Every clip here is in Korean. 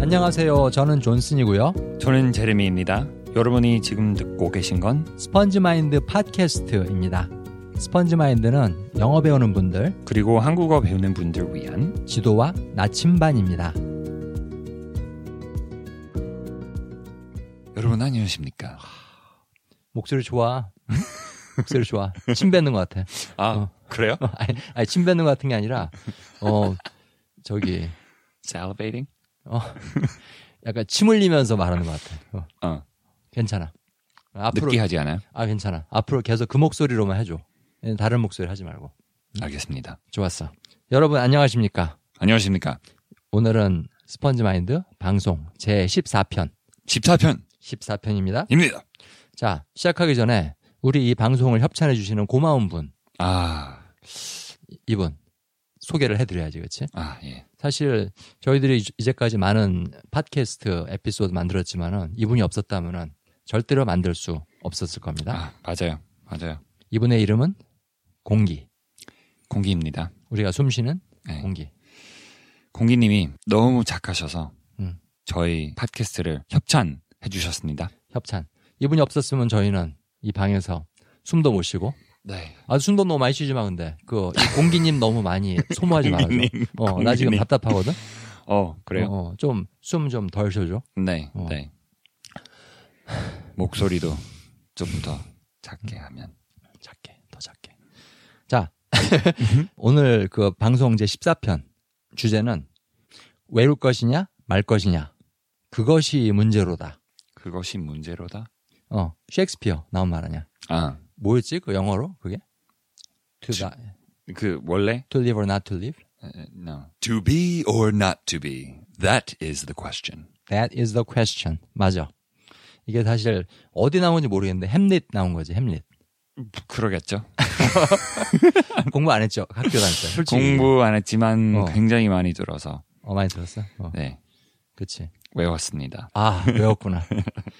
안녕하세요. 저는 존슨이고요. 저는 제레미입니다. 여러분이 지금 듣고 계신 건 스펀지 마인드 팟캐스트입니다. 스펀지 마인드는 영어 배우는 분들, 그리고 한국어 배우는 분들 위한 지도와 나침반입니다. 여러분 안녕하십니까? 목소리 좋아. 목소리 좋아. 침 뱉는 것 같아. 아 어. 그래요? 아니, 아니, 침 뱉는 것 같은 게 아니라, 어, 저기, Salivating? 어, 약간 침 흘리면서 말하는 것 같아. 어, 어 괜찮아. 앞으로, 느끼하지 않아요? 아, 괜찮아. 앞으로 계속 그 목소리로만 해줘. 다른 목소리 하지 말고. 알겠습니다. 좋았어. 여러분, 안녕하십니까? 안녕하십니까? 오늘은 스펀지 마인드 방송 제 14편, 14편입니다. 14편입니다. 자, 시작하기 전에 우리 이 방송을 협찬해 주시는 고마운 분, 아, 이분 소개를 해 드려야지, 그렇지? 아 예. 사실 저희들이 이제- 이제까지 많은 팟캐스트 에피소드 만들었지만은 이분이 없었다면은 절대로 만들 수 없었을 겁니다. 아 맞아요, 맞아요. 이분의 이름은 공기. 공기입니다. 우리가 숨쉬는 네. 공기. 공기님이 너무 착하셔서 음. 저희 팟캐스트를 협찬해 주셨습니다. 협찬. 이분이 없었으면 저희는 이 방에서 숨도 못 쉬고 네. 아 숨도 너무 많이 쉬지 마 근데 그이 공기님 너무 많이 소모하지 말아줘. 공기님, 어 나 지금 공기님. 답답하거든. 어 그래요? 좀 숨 좀 덜 쉬어줘. 네, 어. 네. 목소리도 좀 더 작게 하면 작게 더 작게. 자 오늘 그 방송 제 14편 주제는 외울 것이냐 말 것이냐 그것이 문제로다. 그것이 문제로다. 어 셰익스피어 나온 말 아니야. 아, 뭐였지 그 영어로 그게? To, 지- die- 그 원래 to live or not to live. no. To be or not to be. That is the question. That is the question. 맞아. 이게 사실 어디 나온지 모르겠는데 햄릿 나온 거지 햄릿. 그러겠죠. 공부 안 했죠? 학교 다닐 때. 솔직히. 공부 안 했지만 어. 굉장히 많이 들어서 어, 많이 들었어? 어, 네, 그치. 외웠습니다. 아, 외웠구나.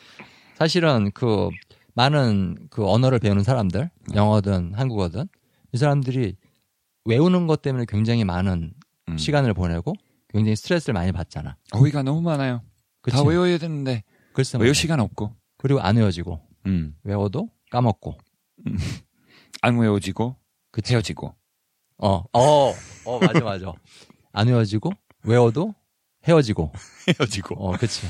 사실은 그 많은 그 언어를 배우는 사람들, 네. 영어든 한국어든, 이 사람들이 외우는 것 때문에 굉장히 많은 음. 시간을 보내고 굉장히 스트레스를 많이 받잖아. 어휘가 너무 많아요. 그치? 다 외워야 되는데 글쎄 외울 말이야. 시간 없고 그리고 안 외워지고, 음. 외워도 까먹고. 안 외워지고 그치? 헤어지고 어, 어, 어, 맞아, 맞아. 안 외워지고, 외워도 헤어지고. 헤어지고 어, 그치.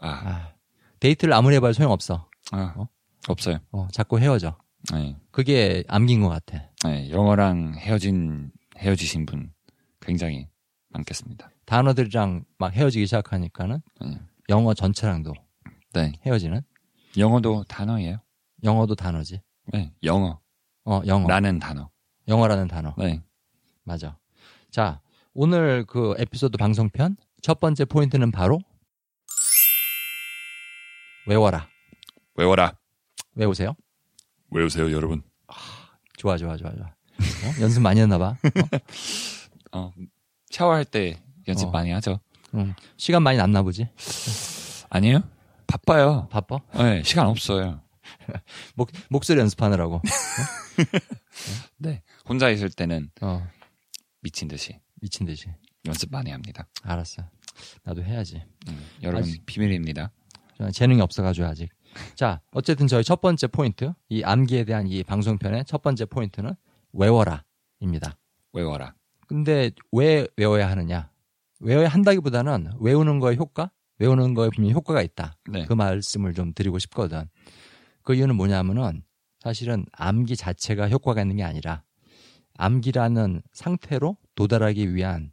아, 아, 데이트를 아무리 해봐야 소용없어. 아. 어? 없어요. 어, 자꾸 헤어져. 네. 그게 암긴 것 같아. 네, 영어랑 헤어진 헤어지신 분 굉장히 많겠습니다. 단어들이랑 막 헤어지기 시작하니까는 네. 영어 전체랑도 네. 헤어지는 영어도 단어예요. 영어도 단어지. 네, 영어. 어, 영어. 나는 단어. 영어라는 단어. 네. 맞아. 자, 오늘 그 에피소드 방송편 첫 번째 포인트는 바로 외워라. 외워라. 외우세요. 외우세요, 여러분. 좋아, 좋아, 좋아, 좋아. 어? 연습 많이 했나 봐. 어, 샤워할 때 연습 어. 많이 하죠. 음, 시간 많이 남나 보지. 아니에요? 바빠요. 바빠? 네, 시간 없어요. 목 목소리 연습하느라고. 네. 혼자 있을 때는 어, 미친 듯이 미친 듯이. 연습 많이 합니다. 알았어. 나도 해야지. 음, 여러분 아직- 비밀입니다. 저는 재능이 없어가지고 아직. 자, 어쨌든 저희 첫 번째 포인트, 이 암기에 대한 이 방송편의 첫 번째 포인트는 외워라입니다. 외워라. 근데 왜 외워야 하느냐? 외워야 한다기보다는 외우는 거의 효과, 외우는 거에 분명히 효과가 있다. 네. 그 말씀을 좀 드리고 싶거든. 그 이유는 뭐냐면은 사실은 암기 자체가 효과가 있는 게 아니라 암기라는 상태로 도달하기 위한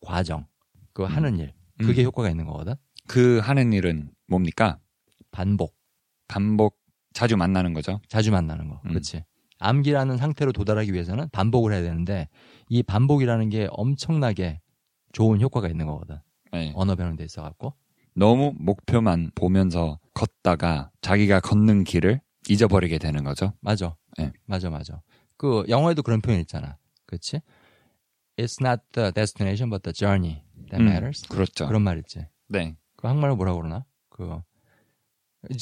과정, 그 하는 일, 음. 그게 효과가 있는 거거든. 그 하는 일은 뭡니까? 반복. 반복 자주 만나는 거죠. 자주 만나는 거. 음. 그렇지. 암기라는 상태로 도달하기 위해서는 반복을 해야 되는데 이 반복이라는 게 엄청나게 좋은 효과가 있는 거거든. 네. 언어 배우는 데 있어 갖고. 너무 목표만 보면서 걷다가 자기가 걷는 길을 잊어버리게 되는 거죠. 맞아. 네. 맞아, 맞아. 그 영어에도 그런 표현 있잖아. 그렇지? It's not the destination but the journey that 음, matters. 그렇죠. 그런 말 있지. 네. 그 한국말로 뭐라 그러나? 그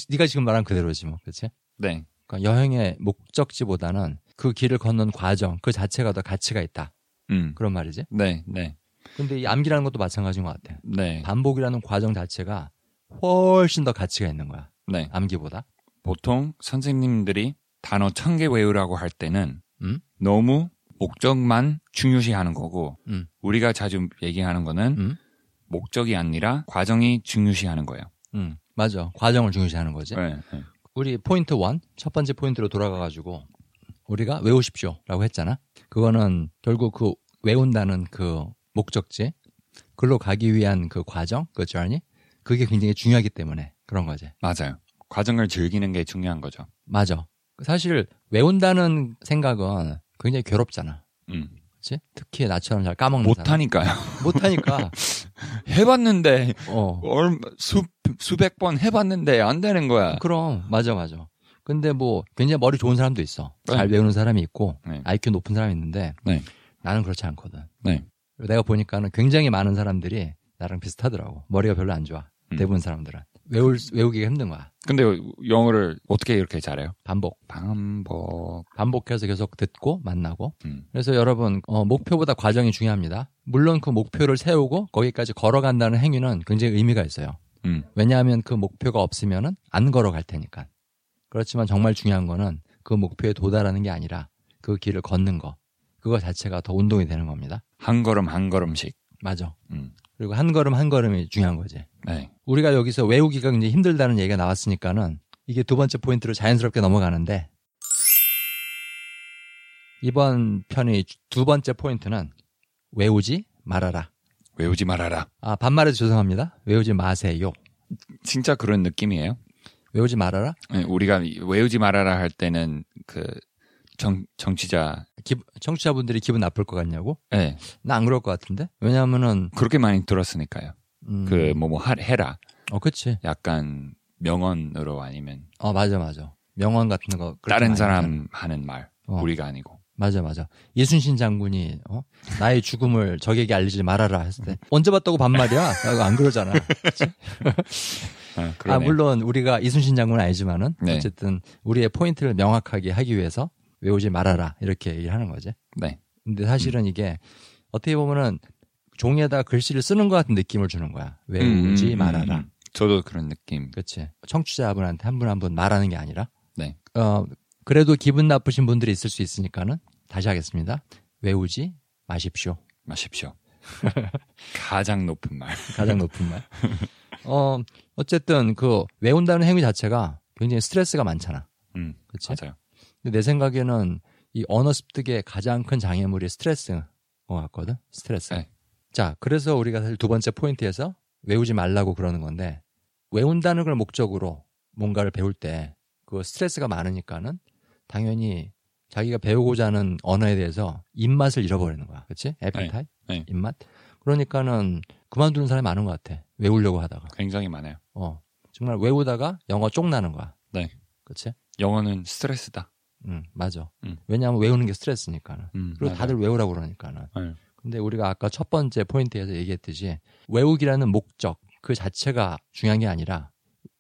네가 지금 말한 그대로지 뭐. 그렇지? 네. 그러니까 여행의 목적지보다는 그 길을 걷는 과정 그 자체가 더 가치가 있다. 음. 그런 말이지. 네. 네. 근데 이 암기라는 것도 마찬가지인 것 같아. 네. 반복이라는 과정 자체가 훨씬 더 가치가 있는 거야. 네. 암기보다. 보통 선생님들이 단어 천 개 외우라고 할 때는 음? 너무 목적만 중요시하는 거고 음. 우리가 자주 얘기하는 거는 음. 목적이 아니라 과정이 중요시하는 거예요. 음. 맞아. 과정을 중요시하는 거지. 네. 네. 우리 포인트 원 첫 번째 포인트로 돌아가 가지고 우리가 외우십시오라고 했잖아. 그거는 결국 그 외운다는 그 목적지 글로 가기 위한 그 과정, 그 journey 그게 굉장히 중요하기 때문에 그런 거지. 맞아요. 과정을 즐기는 게 중요한 거죠. 맞아. 사실 외운다는 생각은 굉장히 괴롭잖아. 음. 그렇지? 특히 나처럼 잘 까먹는 사람. 못하니까요. 못하니까 음, 해봤는데 어 얼마, 수, 수백 번 해봤는데 안 되는 거야. 그럼 맞아 맞아. 근데 뭐 굉장히 머리 좋은 사람도 있어. 잘 네. 외우는 사람이 있고 네. IQ 높은 사람이 있는데 네. 나는 그렇지 않거든. 네. 내가 보니까는 굉장히 많은 사람들이 나랑 비슷하더라고. 머리가 별로 안 좋아. 음. 대부분 사람들은 외울 수- 외우기가 힘든 거야. 근데 영어를 어떻게 이렇게 잘해요? 반복, 반복. 반복해서 계속 듣고 만나고. 음. 그래서 여러분 어, 목표보다 과정이 중요합니다. 물론 그 목표를 세우고 거기까지 걸어간다는 행위는 굉장히 의미가 있어요. 음. 왜냐하면 그 목표가 없으면은 안 걸어갈 테니까. 그렇지만 정말 중요한 거는 그 목표에 도달하는 게 아니라 그 길을 걷는 거. 그거 자체가 더 운동이 되는 겁니다. 한 걸음 한 걸음씩. 맞아. 음. 그리고 한 걸음 한 걸음이 중요한 거지. 네. 우리가 여기서 외우기가 굉장히 힘들다는 얘기가 나왔으니까는 이게 두 번째 포인트로 자연스럽게 넘어가는데 이번 편의 두 번째 포인트는 외우지 말아라. 외우지 말아라. 아, 반말해서 죄송합니다. 외우지 마세요. 진짜 그런 느낌이에요. 외우지 말아라. 네, 우리가 외우지 말아라 할 때는 그 정, 정치자 기, 청취자분들이 기분 나쁠 것 같냐고? 네, 나 안 그럴 것 같은데? 왜냐하면은 그렇게 많이 들었으니까요. 음, 그 뭐 뭐 해라 어, 그치. 약간 명언으로 아니면 어, 맞아, 맞아. 명언 같은 거. 그렇게 다른 많이 사람 하잖아. 하는 말 어. 우리가 아니고 맞아, 맞아. 이순신 장군이 어? 나의 죽음을 적에게 알리지 말아라 했을 때 언제 봤다고 반말이야? 나안 그러잖아. 아, 아, 그러네요. 물론 우리가 이순신 장군은 아니지만은 네. 어쨌든 우리의 포인트를 명확하게 하기 위해서 외우지 말아라 이렇게 얘기를 하는 거지. 네 근데 사실은 이게 어떻게 보면은 종이에다 글씨를 쓰는 것 같은 느낌을 주는 거야. 외우지 음, 음, 말아라. 음. 저도 그런 느낌 그렇지. 청취자분한테 한 분 한 분 말하는 게 아니라 네. 어, 그래도 기분 나쁘신 분들이 있을 수 있으니까는 다시 하겠습니다. 외우지 마십시오. 마십시오. 가장 높은 말. 가장 높은 말. 어, 어쨌든 그 외운다는 행위 자체가 굉장히 스트레스가 많잖아. 음, 그렇지? 맞아요. 근데 내 생각에는 이 언어 습득의 가장 큰 장애물이 스트레스인 것 같거든. 스트레스. 네. 자, 그래서 우리가 사실 두 번째 포인트에서 외우지 말라고 그러는 건데 외운다는 걸 목적으로 뭔가를 배울 때 그 스트레스가 많으니까는 당연히 자기가 배우고자 하는 언어에 대해서 입맛을 잃어버리는 거야. 그렇지? 에피타이? 네. 입맛? 그러니까는 그만두는 사람이 많은 것 같아. 외우려고 하다가. 굉장히 많아요. 어. 정말 외우다가 영어 쪽나는 거야. 네. 그렇지? 영어는 스트레스다. 응, 맞아. 음. 왜냐하면 외우는 게 스트레스니까는. 음, 그리고 맞아요. 다들 외우라고 그러니까는. 네. 근데 우리가 아까 첫 번째 포인트에서 얘기했듯이 외우기라는 목적 그 자체가 중요한 게 아니라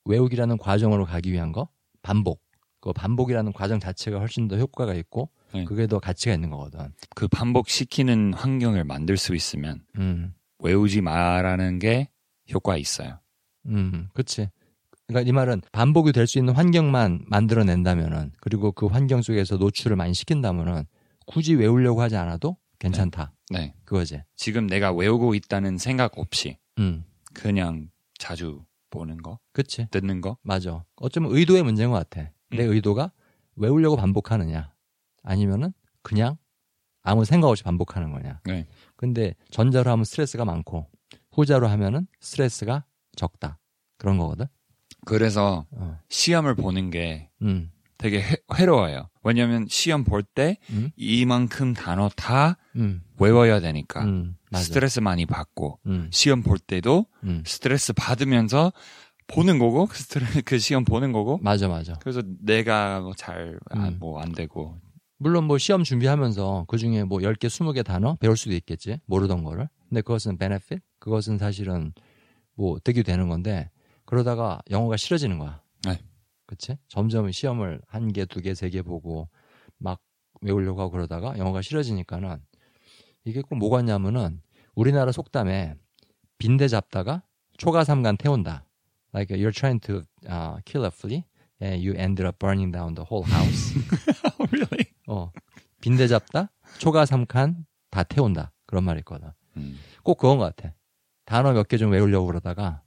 외우기라는 과정으로 가기 위한 거 반복. 그 반복이라는 과정 자체가 훨씬 더 효과가 있고 네. 그게 더 가치가 있는 거거든. 그 반복시키는 환경을 만들 수 있으면 음, 외우지 마라는 게 효과 있어요. 음, 그치. 그러니까 이 말은 반복이 될 수 있는 환경만 만들어낸다면은 그리고 그 환경 속에서 노출을 많이 시킨다면은 굳이 외우려고 하지 않아도 괜찮다. 네. 그거지. 지금 내가 외우고 있다는 생각 없이 음, 그냥 자주 보는 거, 그치. 듣는 거. 맞아. 어쩌면 의도의 문제인 것 같아. 내 음. 의도가 외우려고 반복하느냐, 아니면은 그냥 아무 생각 없이 반복하는 거냐. 네. 근데 전자로 하면 스트레스가 많고 후자로 하면은 스트레스가 적다. 그런 거거든. 그래서 어. 시험을 보는 게 음, 되게 해, 해로워요. 왜냐면 시험 볼 때 음. 이만큼 단어 다 음, 외워야 되니까 음, 맞아. 그러니까 스트레스 많이 받고 음, 시험 볼 때도 음, 스트레스 받으면서 보는 거고 그 스트레 그 시험 보는 거고 맞아, 맞아. 그래서 내가 잘뭐안 음. 되고 물론 뭐 시험 준비하면서 그 중에 뭐 10개, 20개 단어 배울 수도 있겠지. 모르던 거를. 근데 그것은 베네핏? 그것은 사실은 뭐 득이 되는 건데 그러다가 영어가 싫어지는 거야. 네. 그치? 점점 시험을 한 개, 두 개, 세 개 보고 막 외우려고 하고 그러다가 영어가 싫어지니까는 이게 꼭 뭐가 있냐면은 우리나라 속담에 빈대 잡다가 초가삼간 태운다. Like you're trying to uh, kill a flea and you ended up burning down the whole house. really? 어, 빈대 잡다, 초가삼간 다 태운다. 그런 말이 있거든. 음. 꼭 그건 것 같아. 단어 몇 개 좀 외우려고 그러다가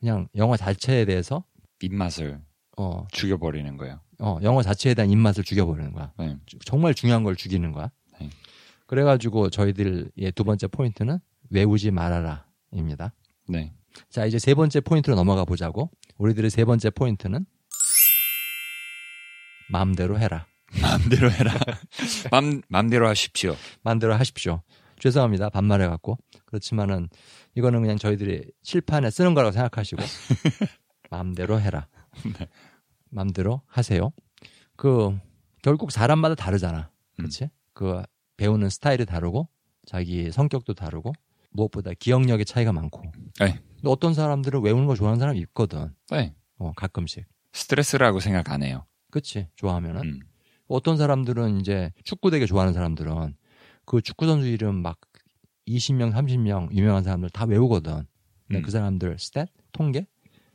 그냥 영어 자체에 대해서 입맛을 어, 죽여버리는 거예요. 어, 영어 자체에 대한 입맛을 죽여버리는 거야. 네. 주- 정말 중요한 걸 죽이는 거야. 네. 그래가지고 저희들의 두 번째 포인트는 외우지 말아라입니다. 네. 자, 이제 세 번째 포인트로 넘어가 보자고. 우리들의 세 번째 포인트는 마음대로 해라. 마음대로 해라. 맘, 마음대로 하십시오. 마음대로 하십시오. 죄송합니다. 반말해갖고. 그렇지만은 이거는 그냥 저희들이 칠판에 쓰는 거라고 생각하시고 마음대로 해라. 마음대로 하세요. 그 결국 사람마다 다르잖아. 그렇지? 그 배우는 스타일이 다르고 자기 성격도 다르고 무엇보다 기억력의 차이가 많고. 네. 근데 어떤 사람들은 외우는 거 좋아하는 사람이 있거든. 네. 어, 가끔씩. 스트레스라고 생각 안 해요. 그치? 좋아하면은. 음. 어떤 사람들은 이제 축구 되게 좋아하는 사람들은 그 축구 선수 이름 막 20명, 30명 유명한 사람들 다 외우거든. 근데 음. 그 사람들 스탯, 통계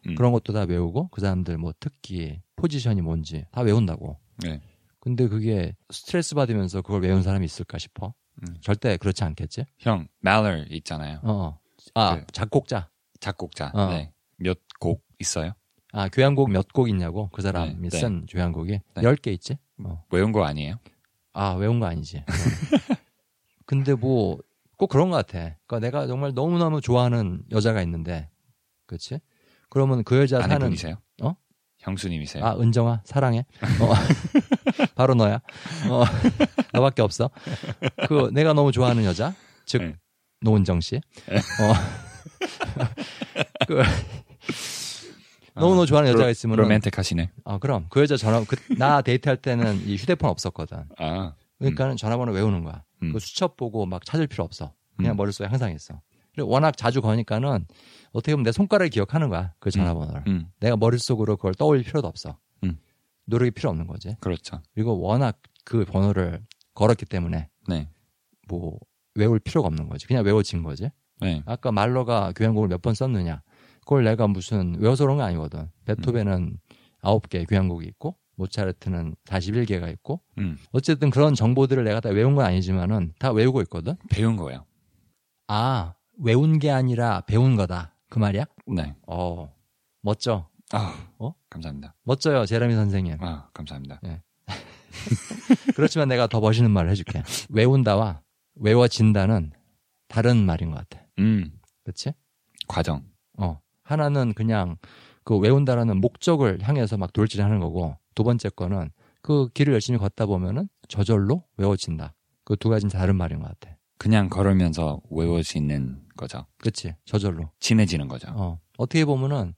음. 그런 것도 다 외우고 그 사람들 뭐 특기, 포지션이 뭔지 다 외운다고. 네. 근데 그게 스트레스 받으면서 그걸 외운 사람이 있을까 싶어. 음. 절대 그렇지 않겠지. 형, Maller 있잖아요. 어. 아 네. 작곡자. 작곡자. 어. 네. 몇 곡 있어요? 아 교향곡 몇 곡 있냐고 그 사람이 네, 네. 쓴 교향곡이 네. 10개 있지. 어. 외운 거 아니에요? 아 외운 거 아니지. 어. 근데 뭐 꼭 그런 것 같아. 그러니까 내가 정말 너무 너무 좋아하는 여자가 있는데, 그치 그러면 그 여자 사는 아내분이세요? 어? 형수님이세요? 아 은정아 사랑해. 어, 바로 너야. 어, 너밖에 없어. 그 내가 너무 좋아하는 여자, 즉 네. 노은정 씨. 어. 그, 너무 너무 좋아하는 여자가 있으면 로맨틱하시네. 아 그럼 그 여자 전화 그 나 데이트할 때는 이 휴대폰 없었거든. 아, 그러니까는 전화번호 외우는 거야. 음. 그 수첩 보고 막 찾을 필요 없어. 그냥 음. 머릿속에 항상 있어. 그리고 워낙 자주 거니까는 어떻게 보면 내 손가락이 기억하는 거야. 그 전화번호를. 음, 내가 머릿속으로 그걸 떠올릴 필요도 없어. 음. 노력이 필요 없는 거지. 그렇죠. 그리고 워낙 그 번호를 걸었기 때문에 네, 뭐 외울 필요가 없는 거지. 그냥 외워진 거지. 네, 아까 말러가 교향곡을 몇 번 썼느냐. 그걸 내가 무슨 외워서 그런 거 아니거든. 음. 베토벤은 아홉 개 교향곡이 있고 모차르트는 41개가 있고 음, 어쨌든 그런 정보들을 내가 다 외운 건 아니지만은 다 외우고 있거든. 배운 거예요. 아, 외운 게 아니라 배운 거다. 그 말이야? 네, 어, 멋져. 아, 어? 감사합니다. 멋져요, 제라미 선생님. 아, 감사합니다. 그렇지만 내가 더 멋있는 말을 해줄게. 외운다와 외워진다는 다른 말인 것 같아. 음, 그치? 과정. 어. 하나는 그냥 그 외운다라는 목적을 향해서 막 돌진하는 거고, 두 번째 거는 그 길을 열심히 걷다 보면은 저절로 외워진다. 그 두 가지는 다른 말인 것 같아. 그냥 걸으면서 외워지는 거죠. 그치? 저절로. 친해지는 거죠. 어, 어떻게 보면은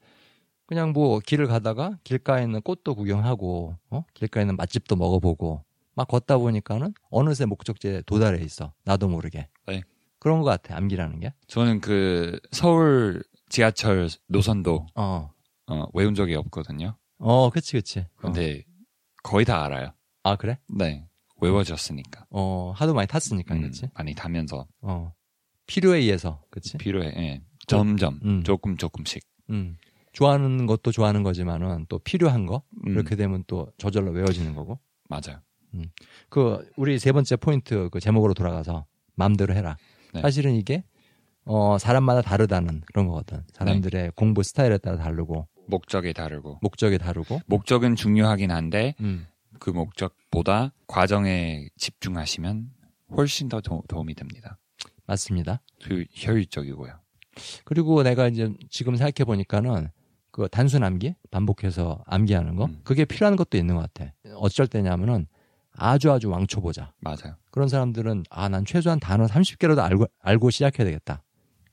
그냥 뭐 길을 가다가 길가에 있는 꽃도 구경하고 어? 길가에 있는 맛집도 먹어보고 막 걷다 보니까는 어느새 목적지에 도달해 있어 나도 모르게 네. 그런 것 같아 암기라는 게 저는 그 서울 지하철 노선도 어. 어, 외운 적이 없거든요. 어 그치 그치 어. 근데 거의 다 알아요. 아 그래? 네, 외워졌으니까. 어 하도 많이 탔으니까 음, 그치? 많이 타면서 어 필요에 의해서 그치? 필요해. 예. 점점 네. 음. 조금 조금씩. 음. 좋아하는 것도 좋아하는 거지만은 또 필요한 거 음, 그렇게 되면 또 저절로 외워지는 거고 맞아요. 그 우리 세 번째 포인트 그 제목으로 돌아가서 마음대로 해라. 네. 사실은 이게 어 사람마다 다르다는 그런 거거든. 네. 사람들의 공부 스타일에 따라 다르고 목적이 다르고 목적이 다르고. 목적은 중요하긴 한데 음. 그 목적보다 과정에 집중하시면 훨씬 더 도, 움이 됩니다. 맞습니다. 효- 효율적이고요. 그리고 내가 이제 지금 생각해 보니까는 그 단순 암기 반복해서 암기하는 거 음. 그게 필요한 것도 있는 것 같아. 어쩔 때냐면은 아주 아주 왕초 보자. 맞아요. 그런 사람들은 아 난 최소한 단어 30개라도 알고 알고 시작해야 되겠다.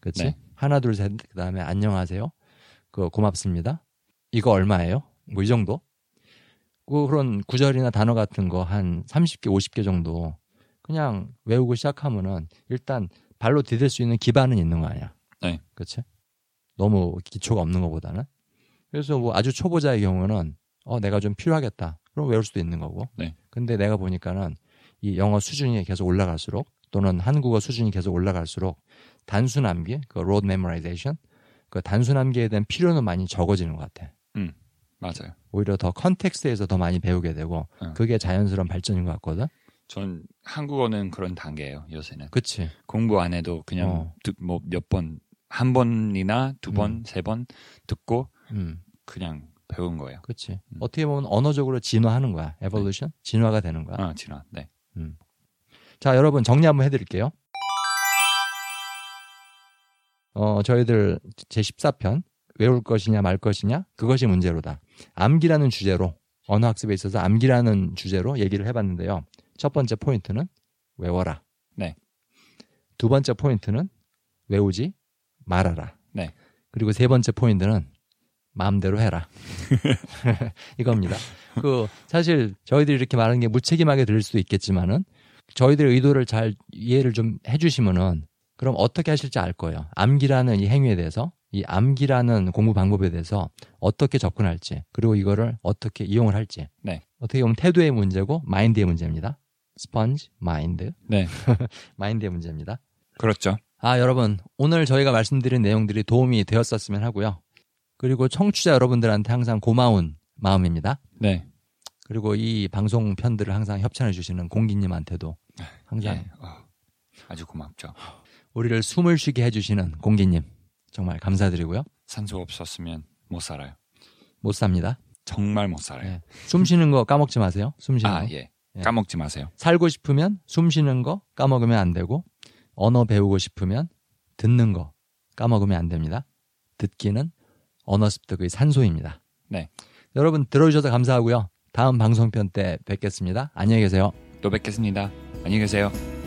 그치? 네. 하나 둘 셋 그다음에 안녕하세요. 그 고맙습니다. 이거 얼마예요? 뭐 이 정도? 그 그런 구절이나 단어 같은 거 한 30개 50개 정도 그냥 외우고 시작하면은 일단 발로 디딜 수 있는 기반은 있는 거 아니야. 네. 그치? 너무 기초가 없는 것보다는 그래서 뭐 아주 초보자의 경우는 어 내가 좀 필요하겠다. 그럼 외울 수도 있는 거고. 네. 근데 내가 보니까는 이 영어 수준이 계속 올라갈수록 또는 한국어 수준이 계속 올라갈수록 단순 암기, 그 road memorization, 그 단순 암기에 대한 필요는 많이 적어지는 것 같아. 맞아요. 오히려 더 컨텍스트에서 더 많이 배우게 되고 어. 그게 자연스러운 발전인 것 같거든. 전 한국어는 그런 단계예요. 요새는 그치? 공부 안 해도 그냥 어. 뭐 몇 번 한 번이나 두 번, 음. 세 번 듣고 음, 그냥 배운 거예요. 그치. 음. 어떻게 보면 언어적으로 진화하는 거야. evolution? 진화가 되는 거야. 아, 진화. 네. 자, 여러분 정리 한번 해드릴게요. 어, 저희들 제 14편 외울 것이냐 말 것이냐 그것이 문제로다. 암기라는 주제로 언어 학습에 있어서 암기라는 주제로 얘기를 해봤는데요. 첫 번째 포인트는 외워라. 네. 두 번째 포인트는 외우지 말아라. 네. 그리고 세 번째 포인트는 마음대로 해라. 이겁니다. 그 사실 저희들이 이렇게 말하는 게 무책임하게 들릴 수도 있겠지만은 저희들의 의도를 잘 이해를 좀 해주시면은 그럼 어떻게 하실지 알 거예요. 암기라는 이 행위에 대해서 이 암기라는 공부 방법에 대해서 어떻게 접근할지 그리고 이거를 어떻게 이용을 할지 네. 어떻게 보면 태도의 문제고 마인드의 문제입니다. 스펀지 마인드 네. 마인드의 문제입니다. 그렇죠. 아, 여러분, 오늘 저희가 말씀드린 내용들이 도움이 되었었으면 하고요. 그리고 청취자 여러분들한테 항상 고마운 마음입니다. 네. 그리고 이 방송 편들을 항상 협찬해 주시는 공기님한테도 항상 예. 어, 아주 고맙죠. 우리를 숨을 쉬게 해 주시는 공기님 정말 감사드리고요. 산소 없었으면 못 살아요. 못 삽니다. 정말 못 살아요. 예. 숨 쉬는 거 까먹지 마세요. 숨 쉬는 아, 거. 네, 예. 예. 까먹지 마세요. 살고 싶으면 숨 쉬는 거 까먹으면 안 되고 언어 배우고 싶으면 듣는 거 까먹으면 안 됩니다. 듣기는 언어 습득의 산소입니다. 네. 여러분 들어주셔서 감사하고요. 다음 방송편 때 뵙겠습니다. 안녕히 계세요. 또 뵙겠습니다. 안녕히 계세요.